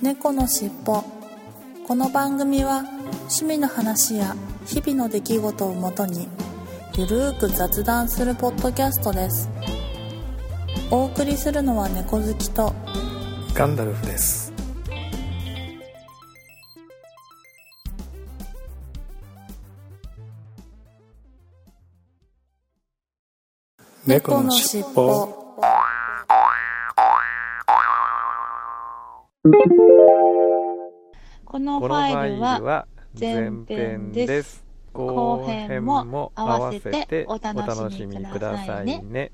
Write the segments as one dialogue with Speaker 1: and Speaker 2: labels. Speaker 1: 猫のしっぽこの番組は趣味の話や日々の出来事をもとにゆるーく雑談するポッドキャストですお送りするのは猫好きと
Speaker 2: ガンダルフです。猫のしっぽ。
Speaker 3: こ
Speaker 4: この
Speaker 3: のフ
Speaker 4: フ
Speaker 3: ァ
Speaker 4: ァ
Speaker 3: イ
Speaker 4: イ
Speaker 3: ル
Speaker 4: ル
Speaker 3: は
Speaker 4: は前編
Speaker 3: 前編で
Speaker 4: です。後編も合わせてお楽しみくださいね。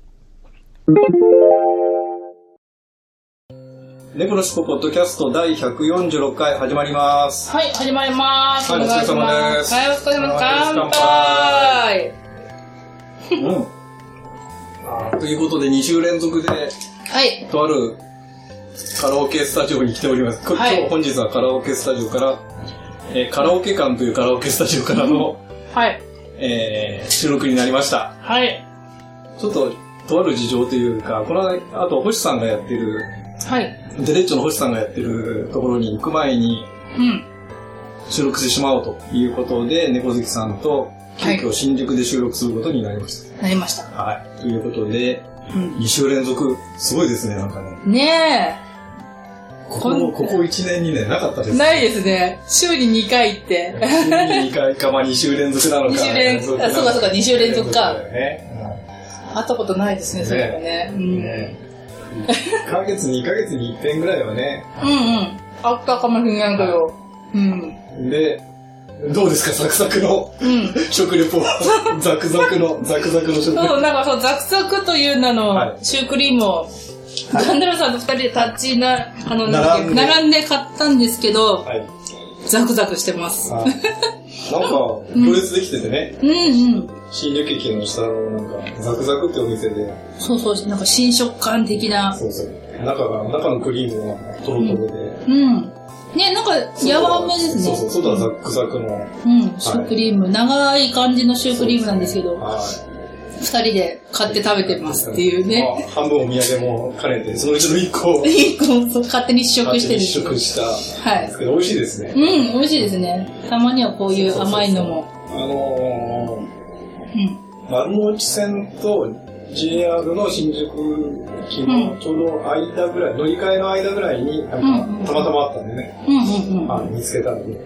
Speaker 5: 猫のしっぽポッドキャスト第146回始まり ます。
Speaker 6: はい、始まります。
Speaker 5: はいお疲れ様です
Speaker 6: はい、お疲れ様です。
Speaker 5: 乾
Speaker 6: 乾
Speaker 5: 杯
Speaker 6: 杯
Speaker 5: うん。ということで、2週連続で、
Speaker 6: はい、
Speaker 5: とあるカラオケスタジオに来ております。こ
Speaker 6: はい
Speaker 5: 今日本日はカラオケスタジオから、えーカラオケ館というカラオケスタジオからの、
Speaker 6: はい、
Speaker 5: えー収録になりました。
Speaker 6: はい、
Speaker 5: ちょっと、とある事情というか、この間、あと、星さんがやってる、
Speaker 6: はい、
Speaker 5: デレッチョの星さんがやってるところに行く前に、
Speaker 6: うん、
Speaker 5: 収録してしまおうということで、猫好きさんと、急
Speaker 6: は
Speaker 5: 遽新宿で収録することになりました。
Speaker 6: なりました。
Speaker 5: はい。ということで、
Speaker 6: うん
Speaker 5: 2週連続、すごいですね、なんかね。
Speaker 6: ね
Speaker 5: ここ、ここ1年2年なかったで
Speaker 6: え、
Speaker 5: す。
Speaker 6: ないですね。週に2回って。
Speaker 5: 週に2回か、まあ2週連続なのか。
Speaker 6: 二週連続あそうかそうか二週連続か
Speaker 5: そうだよね
Speaker 6: 会ったことないですね、それはね。うん。
Speaker 5: う
Speaker 6: うんんうん。
Speaker 5: ね1ヶ月、2ヶ月に1遍ぐらいはね。
Speaker 6: あったかもしれないけど。うん。
Speaker 5: で、どうですか、サクサクの
Speaker 6: うん。
Speaker 5: 食レポ は。ザクザクの、ザクザクの食レポ。
Speaker 6: そう、なんかそう、ザクザクという名
Speaker 5: は
Speaker 6: の
Speaker 5: い
Speaker 6: シュークリームを、ガンダルさんと二人で立ちな、あの、
Speaker 5: 並んで
Speaker 6: 並んで買ったんですけど、
Speaker 5: はい。
Speaker 6: ザクザクしてます。
Speaker 5: あなんか、行列できててね、
Speaker 6: うんうん。
Speaker 5: 新宿駅の下のなんか、ザクザクってお店で、
Speaker 6: そうそう、なんか新食感的な。
Speaker 5: そうそう。中が、中のクリームがトロトロで。
Speaker 6: うん。ね、なんか、柔らめですね。
Speaker 5: そうそう、外はザクザクの。
Speaker 6: うん、シュークリーム、長い感じのシュークリームなんですけど、
Speaker 5: は
Speaker 6: 二人で買って食べてますっていうね。
Speaker 5: い。まあ半分お土産も兼ねて、そのうちの一個を
Speaker 6: 一個そう勝手に試食
Speaker 5: 勝
Speaker 6: し
Speaker 5: 手
Speaker 6: て
Speaker 5: に
Speaker 6: る。
Speaker 5: 試食した。
Speaker 6: は
Speaker 5: で
Speaker 6: い
Speaker 5: す。けど、美味しいですね。
Speaker 6: うん、美味しいですね。たまにはこういう甘いのも。
Speaker 5: あの
Speaker 6: うん。
Speaker 5: ー、丸の内線と JR の新宿駅のちょうど間ぐらい、乗り換えの間ぐらいに、なんかたまたまあったんでね、
Speaker 6: うんうん
Speaker 5: あ見つけたんで、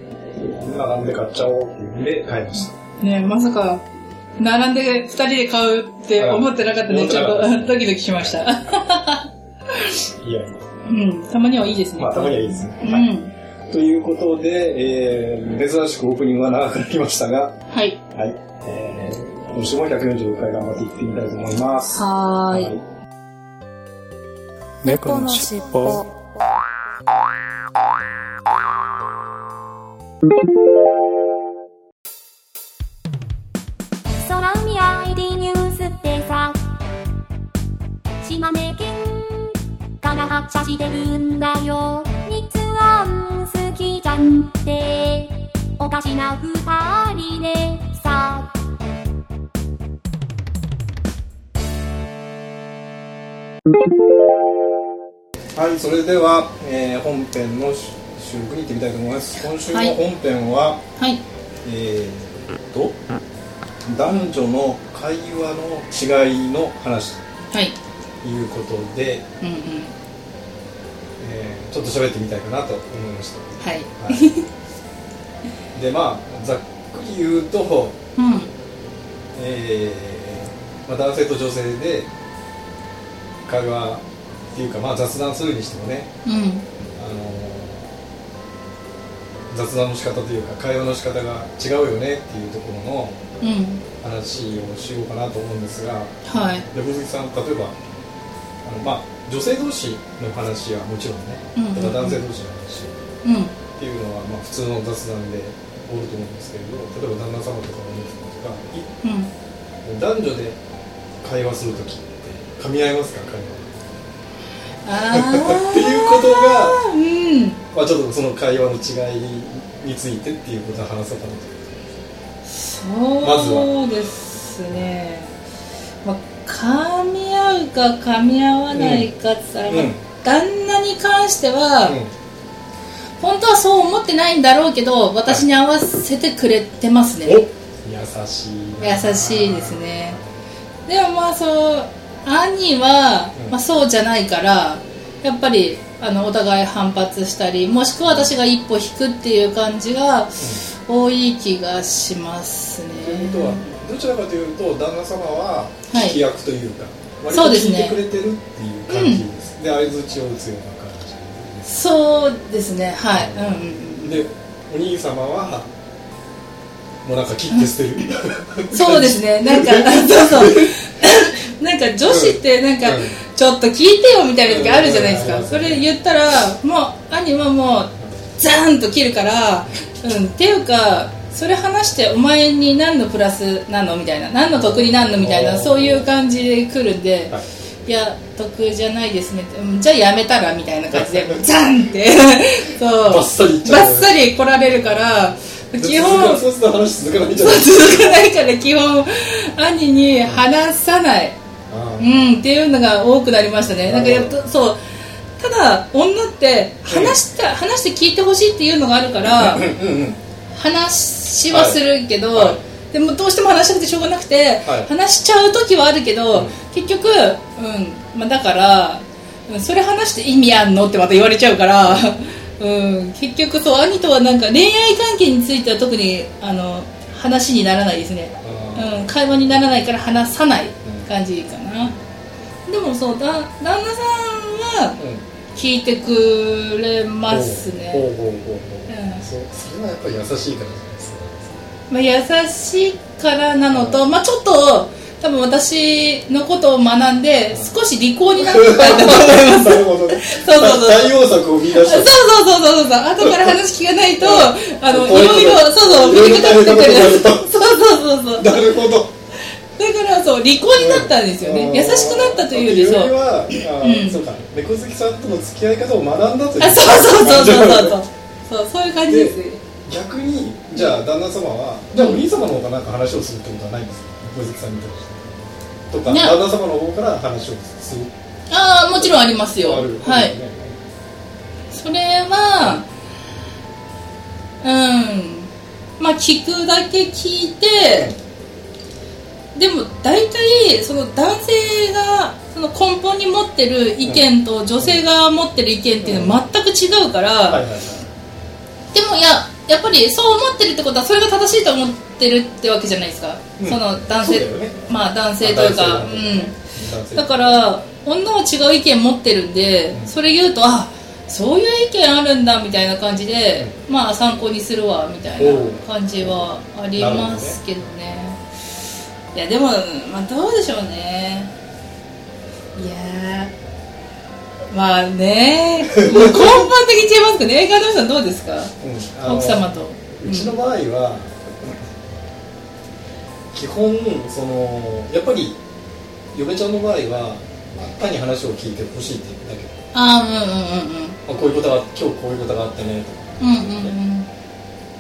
Speaker 5: 並んで買っちゃおうっていうんで買いました。
Speaker 6: うん。ね、まさか、並んで二人で買うって思ってなかった
Speaker 5: う
Speaker 6: ね。
Speaker 5: ん
Speaker 6: ちょっ
Speaker 5: 思ってな
Speaker 6: とドキドキしました。
Speaker 5: いや、
Speaker 6: うん、たまにはいいですね。
Speaker 5: まあたまにはいいですね。
Speaker 6: う
Speaker 5: はい
Speaker 6: ん。
Speaker 5: ということで、えー、珍しくオープニングが長くなりましたが、
Speaker 6: はい。
Speaker 5: はい、えー、今週も146回頑張っていってみたいと思います。
Speaker 6: はーい。
Speaker 2: 猫
Speaker 1: こ
Speaker 2: の
Speaker 1: の
Speaker 2: し
Speaker 1: し
Speaker 2: っ
Speaker 1: っ
Speaker 2: ぽ
Speaker 1: ぽ。
Speaker 7: 空海 ID ニュースってさ島根県から発車してるんだよ日安好きじゃんっておかしな二人でさ
Speaker 5: はい、それでは、えー、本編の収録に行ってみたいと思います。今週の本編は、
Speaker 6: はい。
Speaker 5: えー、と、男女の会話の違いの話
Speaker 6: はい。
Speaker 5: ということで、
Speaker 6: うんうん。
Speaker 5: えー、ちょっと喋ってみたいかなと思いまし
Speaker 6: はい。
Speaker 5: た。はい、で、まあ、ざっくり言うと、
Speaker 6: うん。
Speaker 5: えーまあ、男性と女性で会話っていうか、まあ、雑談するにしてもね、
Speaker 6: うん。
Speaker 5: あのー雑談の仕方というか会話の仕方が違うよねっていうところの
Speaker 6: うん。
Speaker 5: 話をしようかなと思うんですが
Speaker 6: はい。
Speaker 5: 横月さん例えばあの、まあ、女性同士の話はもちろんね、
Speaker 6: うんうんうん
Speaker 5: ただ男性同士の話
Speaker 6: うん。
Speaker 5: っていうのは、まあ、普通の雑談でおると思うんですけれど例えば旦那様とかお兄様とかい
Speaker 6: うん。
Speaker 5: 男女で会話するときって噛み合いますか会話
Speaker 6: あ
Speaker 5: っていうことが、
Speaker 6: あ。うん。
Speaker 5: まあ、ちょっとその会話の違いについてっていうことを話そうかなと
Speaker 6: そうですね。まあ、噛み合うか噛み合わないかって言ったら、まあ
Speaker 5: うん
Speaker 6: 旦那に関しては、
Speaker 5: うん
Speaker 6: 本当はそう思ってないんだろうけど私に合わせてくれてますね
Speaker 5: お優しいな
Speaker 6: 優しいですねでもまあそう兄は、まあ、そうじゃないからやっぱりあのお互い反発したりもしくは私が一歩引くっていう感じが多い気がしますね、
Speaker 5: ということはどちらかというと旦那様は
Speaker 6: はい
Speaker 5: 聞き役というか、割
Speaker 6: そう
Speaker 5: と
Speaker 6: です
Speaker 5: 聞い
Speaker 6: ね
Speaker 5: てくれてるっていう感じですで相づちを打つような感
Speaker 6: そうですねはいうんうん
Speaker 5: じでお兄様はもうなんか切って捨てる、
Speaker 6: うんそうですねなんかそうそう なんか女子ってなんか、
Speaker 5: うん
Speaker 6: ちょっと聞いてよみたいな時あるじゃないですか、
Speaker 5: うん
Speaker 6: それ言ったらもう兄はもうザーンと切るから、うん、っていうかそれ話してお前に何のプラスなのみたいな何の得になんのみたい
Speaker 5: お
Speaker 6: な
Speaker 5: ー
Speaker 6: そういう感じで来るんで、
Speaker 5: はい
Speaker 6: い、や得じゃないですねってうんじゃあやめたらみたいな感じでザーンってそう
Speaker 5: バッサリいっちゃ
Speaker 6: バ
Speaker 5: う
Speaker 6: ッサリ来られるから基本
Speaker 5: そうすると話続かないじゃない
Speaker 6: 続か ないから基本兄に話さない、
Speaker 5: あ
Speaker 6: う
Speaker 5: ー
Speaker 6: ん、っていうのが多くなりましたねなんかやっとそうただ女って話した、話して聞いてほしいっていうのがあるから
Speaker 5: うんうん
Speaker 6: 話はするけど、
Speaker 5: はいは
Speaker 6: でもどうしても話したくてしょうがなくて、
Speaker 5: はい
Speaker 6: 話しちゃう時はあるけど、
Speaker 5: うん
Speaker 6: 結局、うんまあ、だからうんそれ話して意味あんのってまた言われちゃうから、 うん、結局そう兄とはなんか恋愛関係については特にあの話にならないですね、
Speaker 5: あー
Speaker 6: うん、会話にならないから話さない感じかな、でもそうだ旦那さんは
Speaker 5: うん
Speaker 6: 聞いてくれますね、
Speaker 5: ほうほうほうほう
Speaker 6: うん
Speaker 5: そうそれはやっぱり優しいからじゃないですか
Speaker 6: まあ、優しいからなのと、まあ、ちょっと多分私のことを学んで少し利口になってたんだと思いま す
Speaker 5: なるほどね
Speaker 6: そうそうそう
Speaker 5: 対応策を見出し
Speaker 6: そう
Speaker 5: た
Speaker 6: そうそうそうそう後から話聞かないとあのい
Speaker 5: こういうこと
Speaker 6: ろいろそうそう
Speaker 5: いろいろ
Speaker 6: 見方が出てく
Speaker 5: いろい
Speaker 6: る
Speaker 5: ろ
Speaker 6: そうそうそうそうだ
Speaker 5: なるほど
Speaker 6: からそう利口になったんですよね優しくなったというよりそう
Speaker 5: よりはあー
Speaker 6: うん
Speaker 5: そうか猫好きさんとの付き合い方を学んだという
Speaker 6: あそうそうそうそうそうそうそういう感じですね
Speaker 5: 逆にじゃあ旦那様はじゃあお兄様の方がなんか話をするってことはないんですか猫好きさんみたいなとか
Speaker 6: ね
Speaker 5: 旦那様の方から話をする
Speaker 6: ああもちろんありますよ
Speaker 5: ある
Speaker 6: はいそれはうんまあ聞くだけ聞いてでも大体その男性がその根本に持ってる意見と女性が持ってる意見っていうのは全く違うから、
Speaker 5: はいはいはい
Speaker 6: でもいややっぱりそう思ってるってことはそれが正しいと思ってるってわけじゃないですか、
Speaker 5: うん
Speaker 6: その男性、
Speaker 5: そうだよね
Speaker 6: まあ男性というか
Speaker 5: 男性
Speaker 6: うん
Speaker 5: 男性
Speaker 6: だから女は違う意見持ってるんでそれ言うとあそういう意見あるんだみたいな感じで、まあ参考にするわみたい
Speaker 5: おう
Speaker 6: な感じはありますけどねいやでも、まあ、どうでしょうねいやーまあねもう根本的に違いますけどね映画の人はどうですか
Speaker 5: うんあの
Speaker 6: 奥様と
Speaker 5: うちの場合は、基本そのやっぱり嫁ちゃんの場合は単に話を聞いてほしいって言うだけど、
Speaker 6: ああ
Speaker 5: まあ、こういうことが今日こういうことがあってねとか
Speaker 6: うんうんうんうんうんうん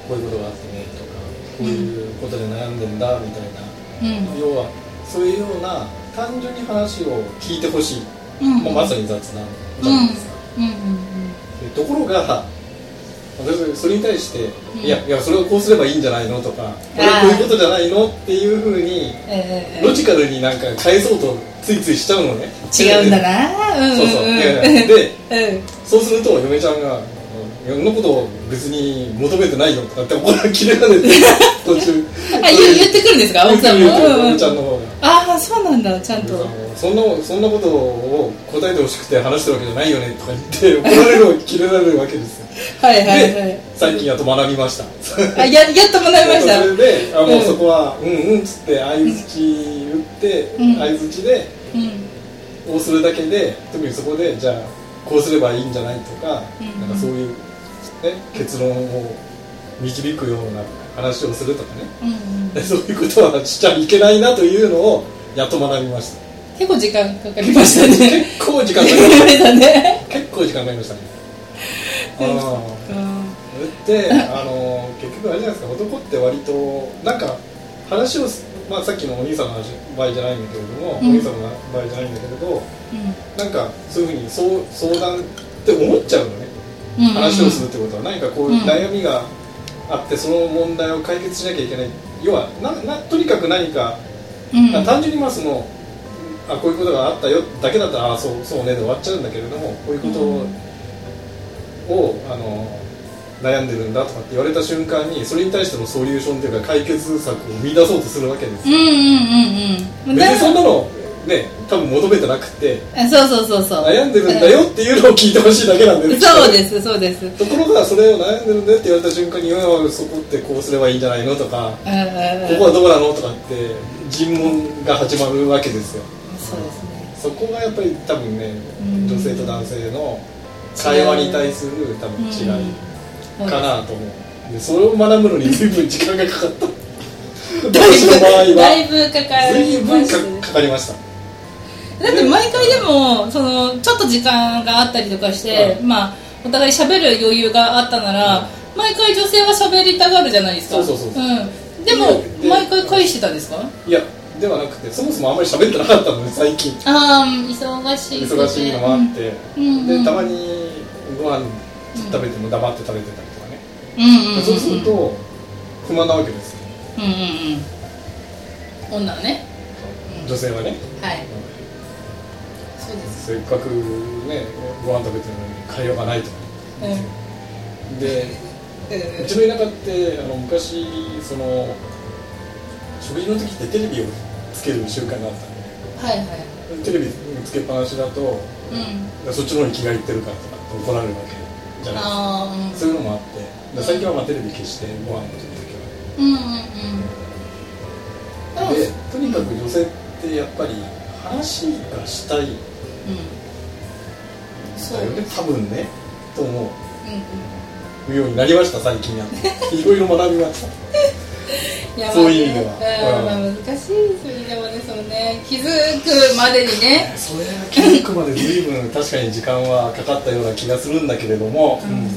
Speaker 5: こういうことがあってねとかこういうことで悩んでんだみたいな、
Speaker 6: うん
Speaker 5: 要はそういうような単純に話を聞いてほしい、
Speaker 6: うん
Speaker 5: もうまさに雑談じゃないですか、
Speaker 6: うんうん
Speaker 5: でところが私それに対して、
Speaker 6: ん
Speaker 5: いやいやそれをこうすればいいんじゃないのとかこれ
Speaker 6: あ
Speaker 5: こ
Speaker 6: ー
Speaker 5: ういうことじゃないのっていうふうに
Speaker 6: えー
Speaker 5: ロジカルになんか返そうとついついしちゃうのね
Speaker 6: 違うんだなうんうん
Speaker 5: そうそう、
Speaker 6: うん
Speaker 5: いやいやで
Speaker 6: うん
Speaker 5: そうすると嫁ちゃんが「いやそんなこと別に求めてないよ」とかって怒ら切れられて途中
Speaker 6: あ言う言ってくるんですか
Speaker 5: 言
Speaker 6: 奥
Speaker 5: うて
Speaker 6: さんも
Speaker 5: 言うて
Speaker 6: うんう
Speaker 5: 嫁
Speaker 6: ん
Speaker 5: ちゃんの方が
Speaker 6: ああそうなんだちゃんと
Speaker 5: そんなそんなことを答えてほしくて話してるわけじゃないよねとか言って怒られる切れられるわけですよ
Speaker 6: はいはいは
Speaker 5: で
Speaker 6: い
Speaker 5: 最近やっと学びました
Speaker 6: あややっともらいました
Speaker 5: それであもううんそこはうんうんっつって相づち打って
Speaker 6: うん
Speaker 5: 相づちで
Speaker 6: うん
Speaker 5: をするだけで特にそこでじゃあこうすればいいんじゃないとか,、
Speaker 6: うん
Speaker 5: なんかそういう、ね、結論を導くような話をするとかね
Speaker 6: うんうん
Speaker 5: でそういうことはしちゃいけないなというのをやっと学びま した
Speaker 6: 結構時間かかりましたね
Speaker 5: 結構時間かかりまし
Speaker 6: あれだね
Speaker 5: た結構時間かかりましたねああ
Speaker 6: うん
Speaker 5: であの結局あれじゃないですか男って割となんか話をす、まあ、さっきのお兄さんの話場合じゃないんだけれども、
Speaker 6: うん
Speaker 5: お兄さんの場合じゃないんだけれど
Speaker 6: うん
Speaker 5: なんかそういうふうにそう相談って思っちゃうのね話をするってことは何かこういう悩みがあってその問題を解決しなきゃいけない要はななとにかく何か、
Speaker 6: うん
Speaker 5: 単純にまあそのあこういうことがあったよだけだったらああそうそうねで終わっちゃうんだけれどもこういうことを,、あの悩んでるんだとかって言われた瞬間にそれに対してのソリューションというか解決策を見出そうとするわけです
Speaker 6: うん
Speaker 5: よ、
Speaker 6: うんうんうん
Speaker 5: 別にそん
Speaker 6: だ
Speaker 5: なのね多分求めてなくて
Speaker 6: そうそうそうそう
Speaker 5: 悩んでるんだよっていうのを聞いてほしいだけなんです
Speaker 6: そうですそうですうん
Speaker 5: ところがそれを悩んでるんだよって言われた瞬間にいやそこってこうすればいいんじゃないのとか
Speaker 6: うん
Speaker 5: ここはどうなのとかって尋問が始まるわけですよ
Speaker 6: うんそうですね
Speaker 5: そこがやっぱり多分ね
Speaker 6: うん
Speaker 5: 女性と男性の会話に対する多分違い
Speaker 6: うん
Speaker 5: かなと思うでそれを学ぶのに随分時間がかかった
Speaker 6: だい
Speaker 5: 私の場合
Speaker 6: ぶだい
Speaker 5: は
Speaker 6: ぶかか
Speaker 5: 随
Speaker 6: りま
Speaker 5: 分
Speaker 6: す
Speaker 5: かかかりました
Speaker 6: だって毎回でもそのちょっと時間があったりとかして、まあお互い喋る余裕があったなら毎回女性は喋りたがるじゃないですか
Speaker 5: そうそうそうそ
Speaker 6: ん、でも
Speaker 5: で
Speaker 6: 毎回返してたんですか
Speaker 5: いやではなくてそもそもあんまり喋ってなかったので最近
Speaker 6: ああ忙しい
Speaker 5: 忙しいのもあって、
Speaker 6: うんうん
Speaker 5: でたまにご飯食べても黙って食べてたりとかね、
Speaker 6: うんうんうん
Speaker 5: そうすると不満なわけですよ
Speaker 6: うんうんうん女はね
Speaker 5: 女性はね
Speaker 6: はいそうです
Speaker 5: せっかくねご飯食べてるのに会話がないとか
Speaker 6: うん
Speaker 5: でうちの田舎ってあの昔その食事の時ってテレビをつける習慣があった
Speaker 6: はいはい
Speaker 5: のテレビつけっぱなしだと
Speaker 6: うん
Speaker 5: そっちの方に気がいってるからとかって怒られるわけじゃないですか
Speaker 6: ああ
Speaker 5: そういうのもあってだから最近はまあテレビ消してご飯の時だけは
Speaker 6: うんうんうんうん
Speaker 5: でとにかく女性ってやっぱり話がしたいん
Speaker 6: うんそう
Speaker 5: だよね多分ねと思
Speaker 6: うん
Speaker 5: うようになりました最近やって いろいろ学びました
Speaker 6: いや
Speaker 5: そういう意味で
Speaker 6: まあ
Speaker 5: は
Speaker 6: ねうんまあ難しいですよねでもねそのね気づくまでにね
Speaker 5: それが気づくまで随分確かに時間はかかったような気がするんだけれども、
Speaker 6: うん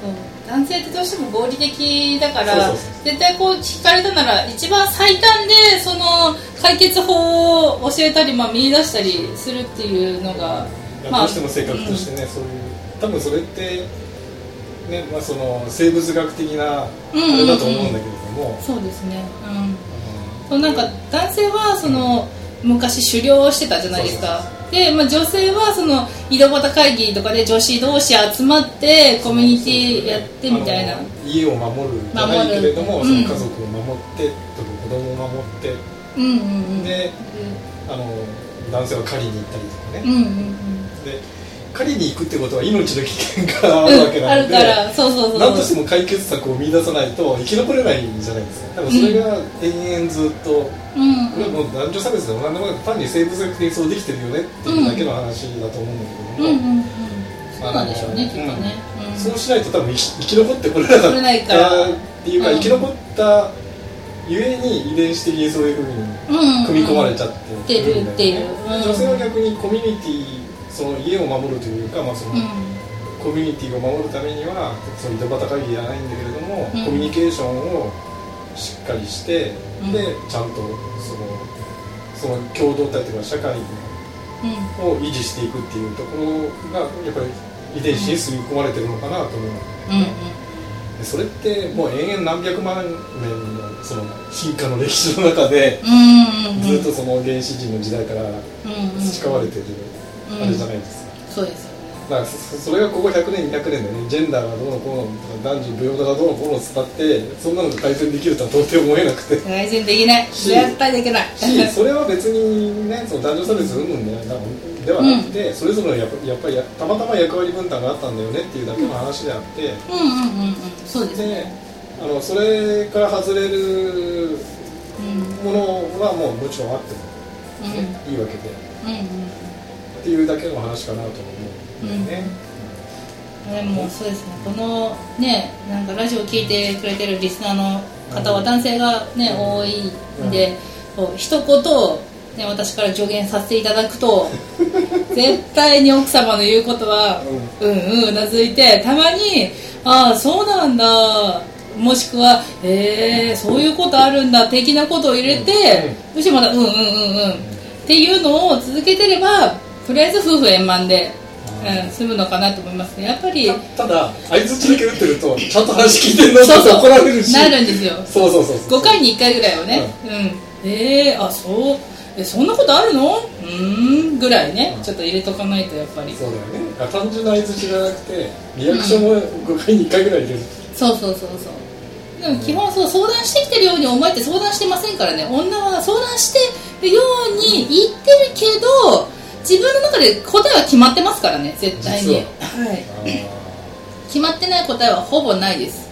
Speaker 6: そう男性ってどうしても合理的だから
Speaker 5: そうそうそう
Speaker 6: 絶対こう聞かれたなら一番最短でその解決法を教えたり、まあ、見出したりするっていうのがま
Speaker 5: ど
Speaker 6: あ
Speaker 5: うしても性格としてね、そういう多分それって、ねまあ、その生物学的なあれだと思うんだけれども、
Speaker 6: そうですねうんそうなんか男性はその昔狩猟をしてたじゃないですかで、まあ、女性はその井戸端会議とかで女子同士集まってコミュニティやってみたいな
Speaker 5: あの家を守るじゃないけれども、
Speaker 6: 守る
Speaker 5: その家族を守ってとか子供を守って、
Speaker 6: うんうんうん
Speaker 5: であの男性は狩りに行ったりとか
Speaker 6: う
Speaker 5: ね、
Speaker 6: んうんうん
Speaker 5: で狩りに行くってことは命の危険があるわけ
Speaker 6: あ
Speaker 5: なの
Speaker 6: る
Speaker 5: で、
Speaker 6: からそうそうそう
Speaker 5: 何としても解決策を見出さないと生き残れないんじゃないですか多分それが延々ずっと、
Speaker 6: うん
Speaker 5: これはもう男女差別でも何でもなく単に生物学的にそうできてるよねっていうだけの話だと思うんだけ
Speaker 6: うん
Speaker 5: ど
Speaker 6: う
Speaker 5: も、
Speaker 6: んうんそうなんでしょうねきっと
Speaker 5: あの
Speaker 6: ねうん
Speaker 5: そうしないと多分生き生き残ってこれなか
Speaker 6: これない
Speaker 5: っ
Speaker 6: から
Speaker 5: たっていうか、
Speaker 6: うん
Speaker 5: 生き残ったゆえに遺伝子的にそういうふうに
Speaker 6: うん
Speaker 5: 組み込まれちゃっ
Speaker 6: ってて
Speaker 5: る
Speaker 6: る
Speaker 5: んだよね
Speaker 6: っていううん
Speaker 5: 女性は逆にコミュニティその家を守るというか、まあその
Speaker 6: うん
Speaker 5: コミュニティを守るためにはその井戸端会議じゃないんだけれども、
Speaker 6: うん
Speaker 5: コミュニケーションをしっかりして、
Speaker 6: うん
Speaker 5: でちゃんとそのその共同体というか社会
Speaker 6: うん
Speaker 5: を維持していくっていうところがやっぱり遺伝子に住み込まれてるのかなと思う、
Speaker 6: うん
Speaker 5: でそれってもう延々何百万年のその進化の歴史の中で、
Speaker 6: うんうんうん
Speaker 5: ずっとその原始人の時代から
Speaker 6: うんうん
Speaker 5: 培われてる
Speaker 6: うん
Speaker 5: あれじゃないですか、
Speaker 6: そうですよね
Speaker 5: だからそそれがここ100年200年でねジェンダーがどうのこうのとか男女平等がどうのこうの使ってそんなのが改善できるとは到底思えな くて
Speaker 6: 改善できない
Speaker 5: し
Speaker 6: 絶対できない
Speaker 5: しそれは別にねその男女差別うんぬんでなではなくて、それぞれのやっぱやっぱりやたまたま役割分担があったんだよねっていうだけの話であって、
Speaker 6: うんうんうんうんそうです
Speaker 5: で
Speaker 6: ね
Speaker 5: あのそれから外れる
Speaker 6: うん
Speaker 5: ものはもうもちろんあっても
Speaker 6: うん
Speaker 5: ね、いいわけでっ
Speaker 6: うんうん
Speaker 5: ていうだけの話かなと思うんだよね、
Speaker 6: でもそうですねこのねなんかラジオ聞いてくれてるリスナーの方は
Speaker 5: うん
Speaker 6: 男性がね、多いんで、こう一言、ね、私から助言させていただくと絶対に奥様の言うことは、うん、うんうなずいてたまに「ああそうなんだ」もしくは「えー、そういうことあるんだ」的なことを入れて、むしろまだ「うんうんうんうん」っていうのを続けてればとりあえず夫婦円満で
Speaker 5: あ
Speaker 6: うん、済むのかなと思いますねやっぱり
Speaker 5: ただ相づちだけ打ってるとちゃんと話聞いてるのって
Speaker 6: そうそう
Speaker 5: 怒られるし
Speaker 6: なるんですよ
Speaker 5: そうそうそうそう
Speaker 6: 5回に1回ぐらいはね、うんえー、あそうえそんなことあるのうーんぐらいね、ちょっと入れとかないとやっぱり
Speaker 5: そうだよねあ単純な相づちじゃなくてリアクションも5回に1回ぐらい入れる、
Speaker 6: そうそうそうそうでも基本そう相談してきてるようにお前って相談してませんからね女は相談してるように言ってるけど自分の中で答えは決まってますからね絶対に、
Speaker 5: 実
Speaker 6: はい、
Speaker 5: あー
Speaker 6: 決まってない答えはほぼないです、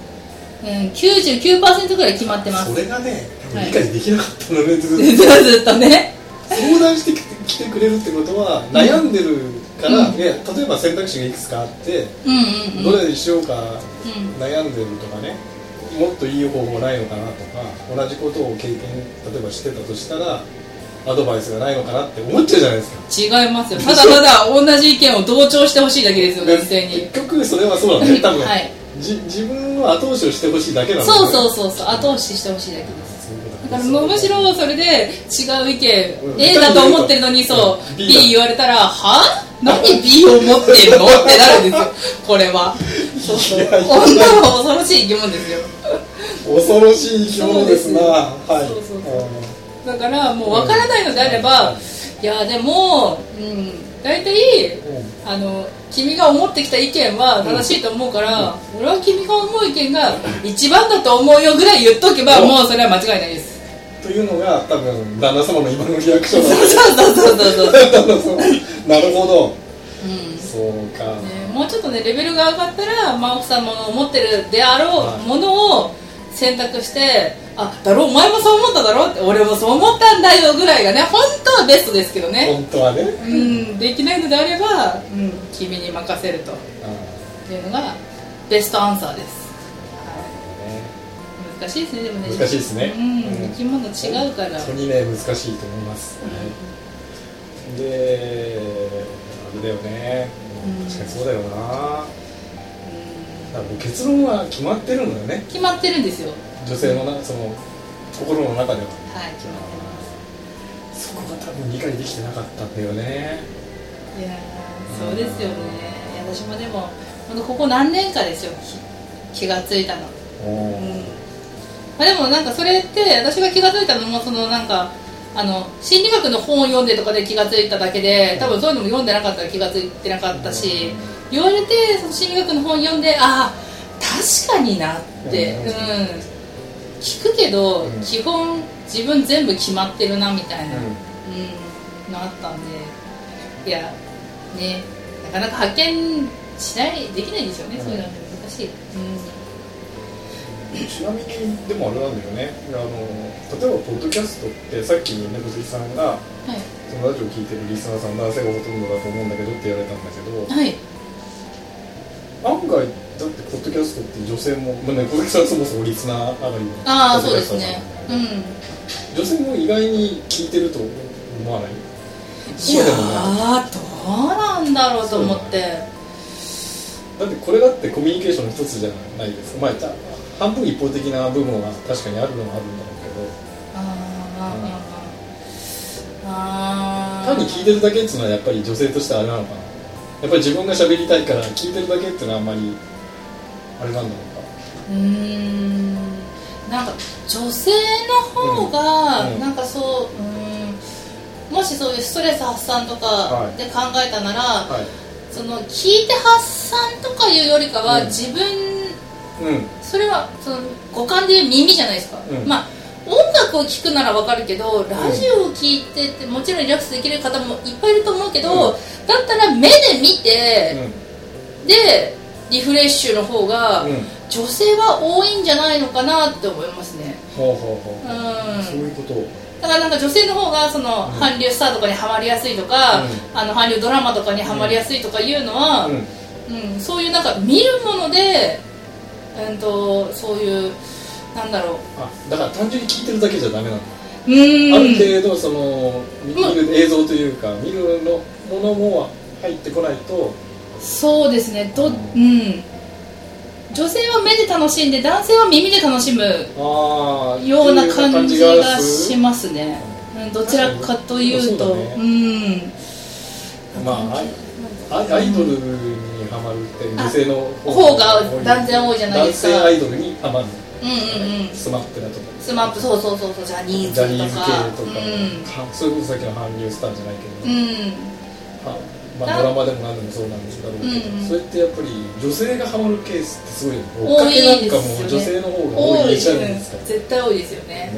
Speaker 6: うん、99%ぐらい決まってます
Speaker 5: それがね多分
Speaker 6: はい
Speaker 5: 理解できなかったのね、ずっと
Speaker 6: ずっとね
Speaker 5: 相談してきて来てくれるってことは悩んでるから、
Speaker 6: うん
Speaker 5: いや例えば選択肢がいくつかあって、
Speaker 6: うんうん
Speaker 5: ど
Speaker 6: うん
Speaker 5: れにしようか
Speaker 6: うん
Speaker 5: 悩んでるとかねもっといい方法ないのかなとか同じことを経験例えばしてたとしたらアドバイスがないのかなって思っちゃうじゃないですか
Speaker 6: 違いますよただただ同じ意見を同調してほしいだけですよ
Speaker 5: で
Speaker 6: 絶対に
Speaker 5: 結局それはそうなんだね多分、
Speaker 6: はい
Speaker 5: じ自分の後押しをしてほしいだけなんだ
Speaker 6: そうそう
Speaker 5: う
Speaker 6: そうそう後押ししてほしいだけです
Speaker 5: そういうこと
Speaker 6: だからむしろそれで違う意見、
Speaker 5: うん
Speaker 6: A だと思ってるのにそうう、
Speaker 5: ん
Speaker 6: B,
Speaker 5: B だ
Speaker 6: 言われたらは何 B を持ってるのってなるんですよこれはそうそう
Speaker 5: いやいや
Speaker 6: 女は恐ろしい疑問ですよ
Speaker 5: 恐ろしい生き物ですな
Speaker 6: そう
Speaker 5: はい
Speaker 6: ですそうそう
Speaker 5: あ
Speaker 6: そ
Speaker 5: ー
Speaker 6: だからもう分からないのであれば、いやでも、うん、大体
Speaker 5: う
Speaker 6: あの君が思ってきた意見は正しいと思うから、俺は君が思う意見が一番だと思うよぐらい言っとけば、
Speaker 5: うん
Speaker 6: もうそれは間違いないです、
Speaker 5: というのが多分旦那様の今のリアクションだ
Speaker 6: そうそうそうそうそう、
Speaker 5: 旦那様なるほど
Speaker 6: うん
Speaker 5: そうか、
Speaker 6: ね、もうちょっとねレベルが上がったら、まあ、奥様の思ってるであろうものを選択してあだろお前もそう思っただろって俺もそう思ったんだよぐらいがね本当はベストですけどね、
Speaker 5: 本当はね、
Speaker 6: うん、できないのであれば、うん、君に任せると
Speaker 5: あ
Speaker 6: いうのがベストアンサーです
Speaker 5: ーね
Speaker 6: 難しいですねでもね
Speaker 5: 難しいですね
Speaker 6: うん、
Speaker 5: うん
Speaker 6: 生き物違うから
Speaker 5: 本当にね難しいと思います、であれだよね、
Speaker 6: うん
Speaker 5: 確かにそうだよなだからもう結論は決まってるんだよね
Speaker 6: 決まってるんですよ
Speaker 5: 女性のなその心の中では
Speaker 6: はい決まってます
Speaker 5: そこが多分理解できてなかったんだよね
Speaker 6: いやーそうですよねいや私もでもほんとここ何年かですよき気がついたの
Speaker 5: おお
Speaker 6: うんまあ、でもなんかそれって私が気が付いたのもそのなんかあの心理学の本を読んでとかで気が付いただけで多分そういうのも読んでなかったら気が付いてなかったし言われてその心理学の本読んでああ確かになって、
Speaker 5: う
Speaker 6: うんん、聞くけど、
Speaker 5: うん
Speaker 6: 基本自分全部決まってるなみたいな、
Speaker 5: う
Speaker 6: うんんのあったんでいやねなかなか発見しないできないですよね、そういうのって難しい、うん
Speaker 5: ちなみにでもあれなんだよねあの例えばポッドキャストってさっきね小杉さんが
Speaker 6: はい
Speaker 5: そのラジオ聞いてるリスナーさん男性がほとんどだと思うんだけどって言われたんだけど、
Speaker 6: はい
Speaker 5: 案外だってポッドキャストって女性も、まあね、小関さんそもそもリスナー上がりの
Speaker 6: ああそうですね
Speaker 5: ポ
Speaker 6: う
Speaker 5: ッドキャスターさん
Speaker 6: ん
Speaker 5: 女性も意外に聞いてると思わないそうでもない
Speaker 6: やーどうなんだろうと思って
Speaker 5: だってこれだってコミュニケーションの一つじゃないですかまあた半分一方的な部分は確かにあるのはあるんだろうけど
Speaker 6: あーあーあー
Speaker 5: 単に聞いてるだけっていうのはやっぱり女性としてあれなのかなやっぱり自分が喋りたいから聞いてるだけっていうのはあんまりあれなんだろ
Speaker 6: うーんなんか女性の方が、
Speaker 5: うんうん
Speaker 6: なんかそううーんもしそういうストレス発散とか
Speaker 5: い
Speaker 6: で考えたなら、
Speaker 5: うかはい
Speaker 6: その聞いて発散とかいうよりかは、
Speaker 5: うん
Speaker 6: 自分
Speaker 5: うん
Speaker 6: それはその五感で言う耳じゃないですか、
Speaker 5: うん
Speaker 6: まあ音楽を聴くならわかるけどラジオを聴いてってもちろんリラックスできる方もいっぱいいると思うけど、
Speaker 5: うん
Speaker 6: だったら目で見て、でリフレッシュの方が、
Speaker 5: うんうん
Speaker 6: 女性は多いんじゃないのかなって思いますね
Speaker 5: ほうほうほ
Speaker 6: うん
Speaker 5: う、そういうことを
Speaker 6: だからなんか女性の方がその韓流スターとかにはまりやすいとか、
Speaker 5: うん
Speaker 6: あの韓流ドラマとかにはまりやすいとかいうのは、
Speaker 5: うん
Speaker 6: うん、そういうなんか見るもので、うん、とそういうなんだろ
Speaker 5: あだから単純に聞いてるだけじゃダメなんだ、
Speaker 6: ううーん
Speaker 5: ある程度その見
Speaker 6: うん
Speaker 5: 見る映像というか見るのものも入ってこないと
Speaker 6: そうですねど、うん、女性は目で楽しんで男性は耳で楽しむ
Speaker 5: ああ
Speaker 6: ような感じがしますね、うん、どちらかというと
Speaker 5: そうだね
Speaker 6: うん
Speaker 5: まああアアイドルにハマるって女性の
Speaker 6: 方が断然多いじゃないですか
Speaker 5: 男性アイドルにハマる
Speaker 6: うんうんうん
Speaker 5: スマップだとか
Speaker 6: スマップそうそうそうそうジャニーズ
Speaker 5: ジャニーズ
Speaker 6: と
Speaker 5: 系と
Speaker 6: か
Speaker 5: か、はそれこそさっきの韓流スターじゃないけど、
Speaker 6: うん、
Speaker 5: はまあ、ドラマでも何でもそうなんですけど、
Speaker 6: んうん
Speaker 5: それってやっぱり女性がハマるケースってすごいよね追っ
Speaker 6: 多
Speaker 5: か
Speaker 6: い
Speaker 5: け
Speaker 6: で
Speaker 5: なんかもう女
Speaker 6: す
Speaker 5: 性
Speaker 6: よね
Speaker 5: の方が多い
Speaker 6: 多い
Speaker 5: りしちゃうんですから、ね
Speaker 6: 絶対多いですよね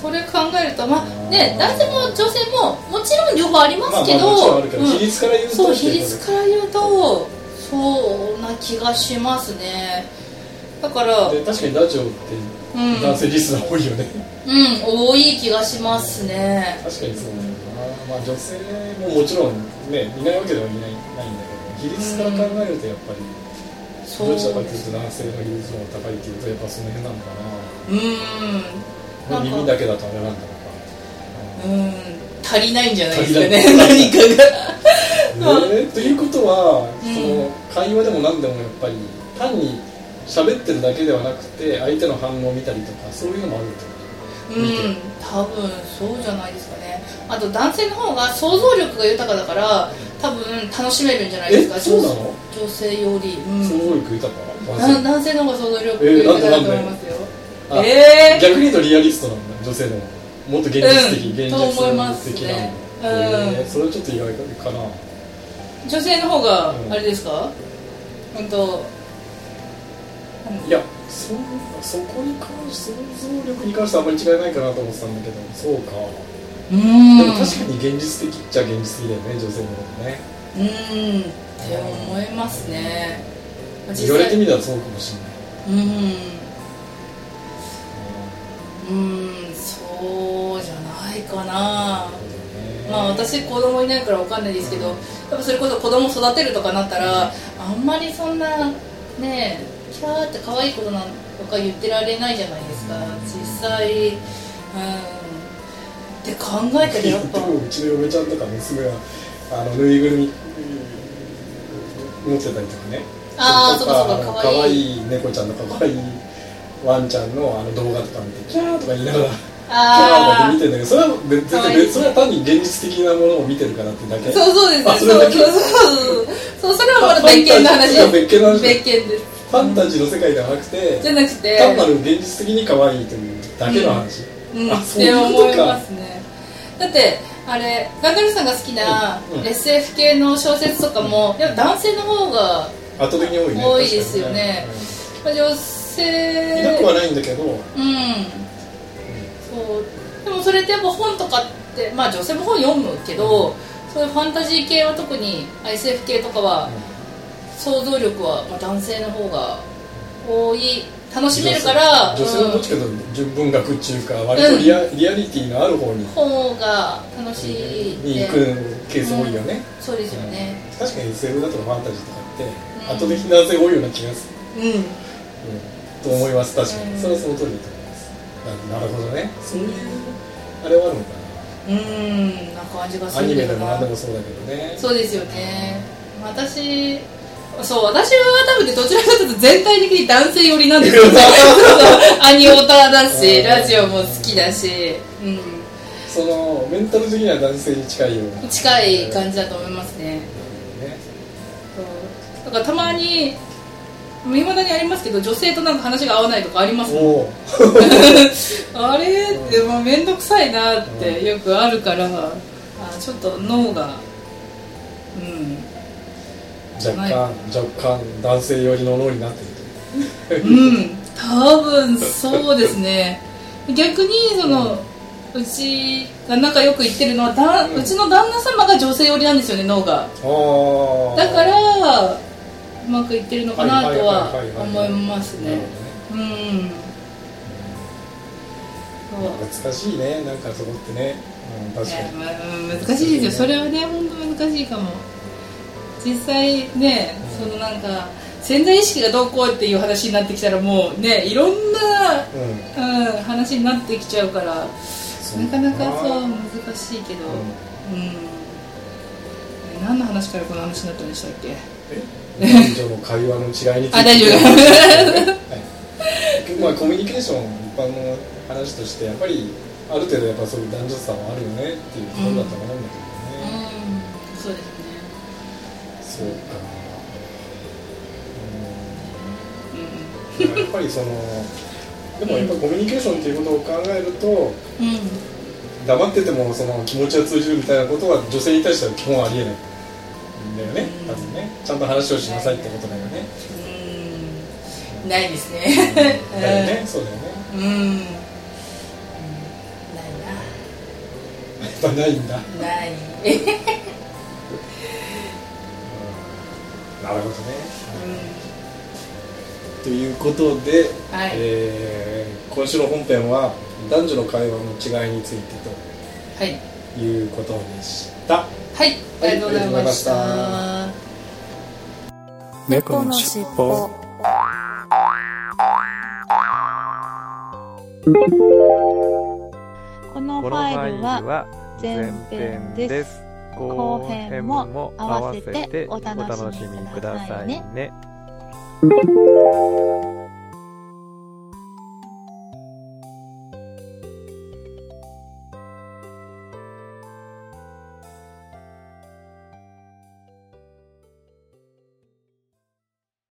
Speaker 6: それ考えるとまあね
Speaker 5: うん
Speaker 6: 男性も女性ももちろん両方ありま
Speaker 5: まあ、まあ
Speaker 6: す
Speaker 5: もち
Speaker 6: けど、
Speaker 5: ろんあるけど、
Speaker 6: うん
Speaker 5: 比率から言うと
Speaker 6: そ
Speaker 5: っ
Speaker 6: う
Speaker 5: て
Speaker 6: 比
Speaker 5: い
Speaker 6: 率から言うとそうな気がしますねだから
Speaker 5: で確かにラジオって
Speaker 6: うん
Speaker 5: 男性リスナー多いよね、
Speaker 6: うん多い気がしますね
Speaker 5: 確かにそうだよな、まあ、女性ももちろんねいないわけではいないないんだけど比率から考えるとやっぱり、
Speaker 6: そ
Speaker 5: ど
Speaker 6: う
Speaker 5: ちらかというと男性の比率の方が高いっていうとやっぱその辺なのかな
Speaker 6: うん
Speaker 5: 耳だけだとあれなんだろう
Speaker 6: うん足りないんじゃないですかね
Speaker 5: 足りな
Speaker 6: 何かが
Speaker 5: かな、えーということは、
Speaker 6: うん
Speaker 5: その会話でも何でもやっぱり単に喋ってるだけではなくて相手の反応を見たりとかそういうのもあるってこと
Speaker 6: う ん
Speaker 5: 見て
Speaker 6: 多分そうじゃないですかねあと男性の方が想像力が豊かだから多分楽しめるんじゃないですか
Speaker 5: えそうなの
Speaker 6: 女性より、うん
Speaker 5: 想像力豊かな
Speaker 6: な男性の方が想像力豊かだと思いますよ
Speaker 5: あ
Speaker 6: えー
Speaker 5: 逆に言うとリアリストなんだ女性の方がもっと現実的、
Speaker 6: うん
Speaker 5: 現実的
Speaker 6: と
Speaker 5: な
Speaker 6: 思い
Speaker 5: んだ
Speaker 6: ますね
Speaker 5: へー
Speaker 6: うん
Speaker 5: それはちょっと意外かな
Speaker 6: 女性の方が
Speaker 5: うん
Speaker 6: あれですか本当
Speaker 5: いやそそこに関して想像力に関してはあんまり違いないかなと思ってたんだけどそうか、
Speaker 6: うん
Speaker 5: でも確かに現実的っちゃ現実的だよね女性の方がね
Speaker 6: うんって思いますね
Speaker 5: 言われてみたらそうかもしれない
Speaker 6: うんうんそうじゃないかなまあ私子供いないからわかんないですけど多分それこそ子供育てるとかなったらあんまりそんなねキャーって可愛いことなんとか言ってられないじゃないですか実際うんって考えたらやっぱ
Speaker 5: でもうちの嫁ちゃんとか娘はあのぬいぐるみ持ってたりとかね
Speaker 6: あー
Speaker 5: れと
Speaker 6: そっかそっか
Speaker 5: あの
Speaker 6: かわい
Speaker 5: い猫ちゃんのかわいいワンちゃんのあの動画とか見てキャーとか言いながらキャーとか
Speaker 6: あ
Speaker 5: 見てんだけどそれは別
Speaker 6: かわ
Speaker 5: 全
Speaker 6: いい
Speaker 5: 然それは単に現実的なものを見てるからってだけ
Speaker 6: あそうそうです
Speaker 5: あ
Speaker 6: ね
Speaker 5: そ
Speaker 6: そ
Speaker 5: れ
Speaker 6: う
Speaker 5: だけ
Speaker 6: そうそうそうそれはまだ別件の
Speaker 5: ファンタジ
Speaker 6: 話
Speaker 5: ー別件の話
Speaker 6: 別件です
Speaker 5: ファンタジーの世界ではなくて
Speaker 6: じゃなくて
Speaker 5: 単なる現実的に可愛いというだけの話、
Speaker 6: うん、
Speaker 5: あ
Speaker 6: って思いますねだってあれガンダルフさんが好きな
Speaker 5: うんうん
Speaker 6: SF 系の小説とかもやっぱ男性の方が
Speaker 5: 圧倒的に多いね
Speaker 6: 多いですよねまあ女性
Speaker 5: 確かにねうんいなくはないんだけど
Speaker 6: うんそうでもそれってやっぱ本とかってまあ女性も本読むけどそういうファンタジー系は特に SF 系とかは想像力はまあ男性の方が多い楽しめるから
Speaker 5: 女性女性はどっちかというと純文学っていうか割とリア,、リアリティのある方に
Speaker 6: うん方が楽しいって
Speaker 5: に行くケース多いよね、
Speaker 6: そうですよね
Speaker 5: 確かに SF だとかファンタジーとかって
Speaker 6: ん
Speaker 5: 圧倒的な男性多いような気がする、
Speaker 6: うん
Speaker 5: うん、と思います確かに、
Speaker 6: うん
Speaker 5: それはその通りだと思いますななるほどねそういうあれはあるのか
Speaker 6: うーんなんか味が
Speaker 5: な
Speaker 6: す
Speaker 5: ア
Speaker 6: る
Speaker 5: ニ
Speaker 6: け
Speaker 5: メ
Speaker 6: ど
Speaker 5: でも
Speaker 6: な
Speaker 5: 何でもそうだけどね
Speaker 6: そうですよね私そう私は多分ねどちらかというと全体的に男性寄りなんですよね アニオタだし
Speaker 5: うん
Speaker 6: ラジオも好きだし、う、
Speaker 5: そのメンタル的には男性に近いようなん
Speaker 6: 近い感じだと思いますね
Speaker 5: ね
Speaker 6: そうだからたまにいまだにありますけど女性となんか話が合わないとかありますもん
Speaker 5: おお
Speaker 6: あれってもう面倒くさいなってよくあるから、あちょっと脳が うん
Speaker 5: 若干若干男性寄りの脳になってる
Speaker 6: うん、多分そうですね逆にそのうちが仲良く言ってるのはだ、
Speaker 5: う
Speaker 6: うんちの旦那様が女性寄りなんですよね脳が
Speaker 5: とああ
Speaker 6: だからうまくいってるのかなとは思います
Speaker 5: な
Speaker 6: ね
Speaker 5: るほどね
Speaker 6: うんそう
Speaker 5: 難しいねなんかそこってね、うん、確
Speaker 6: い
Speaker 5: か
Speaker 6: や
Speaker 5: に
Speaker 6: まあうん難しいですよそれはね本当難しいかも実際ねそのなんか潜在意識がどうこうっていう話になってきたらもうねいろんな
Speaker 5: うん
Speaker 6: うん、話になってきちゃうから
Speaker 5: そう
Speaker 6: なかなかそう難しいけど、
Speaker 5: う
Speaker 6: うんん何の話からこの話になったんでしたっけ
Speaker 5: 男女の会話の違いについて
Speaker 6: あ大丈
Speaker 5: は
Speaker 6: 夫
Speaker 5: いまあコミュニケーション一般の話としてやっぱりある程度やっぱそういう男女差はあるよねっていうことだと思うんだけどね、
Speaker 6: うんそうです
Speaker 5: そう
Speaker 6: ね
Speaker 5: かうんやっぱりそのでもやっぱコミュニケーションっていうことを考えると
Speaker 6: うん
Speaker 5: 黙っててもその気持ちが通じるみたいなことは女性に対しては基本ありえないんだよね多分ねちゃんと話をしなさいってことだよね
Speaker 6: うんないですね
Speaker 5: だよねそうだよね
Speaker 6: うんうんない
Speaker 5: やっぱないんだ
Speaker 6: なない
Speaker 5: なるほどね
Speaker 6: う
Speaker 5: ということで、
Speaker 6: はい
Speaker 5: えー今週の本編は男女の会話の違いについて
Speaker 6: んはい
Speaker 5: ということでした
Speaker 6: はいありがとうございまし
Speaker 5: ありがと
Speaker 2: 猫
Speaker 5: うござい
Speaker 6: た
Speaker 1: こ
Speaker 2: の
Speaker 1: の
Speaker 2: し
Speaker 1: し
Speaker 2: っ
Speaker 1: っ
Speaker 2: ぽ
Speaker 1: ぽ。
Speaker 4: このフ
Speaker 3: このフ
Speaker 4: ァ
Speaker 3: ァ
Speaker 4: イ
Speaker 3: イ
Speaker 4: ル
Speaker 3: ル
Speaker 4: は
Speaker 3: は前編です
Speaker 4: 後
Speaker 3: 後
Speaker 4: 編
Speaker 3: 編
Speaker 4: も
Speaker 3: も
Speaker 4: 合
Speaker 3: 合
Speaker 4: わ
Speaker 3: わ
Speaker 4: せ
Speaker 3: せ
Speaker 4: て
Speaker 3: て
Speaker 4: お
Speaker 3: お
Speaker 4: 楽
Speaker 3: 楽
Speaker 4: し
Speaker 3: し
Speaker 4: み
Speaker 3: み
Speaker 4: く
Speaker 3: く
Speaker 4: だ
Speaker 3: だ
Speaker 4: さ
Speaker 3: さ
Speaker 4: い
Speaker 3: い
Speaker 4: ね
Speaker 3: ね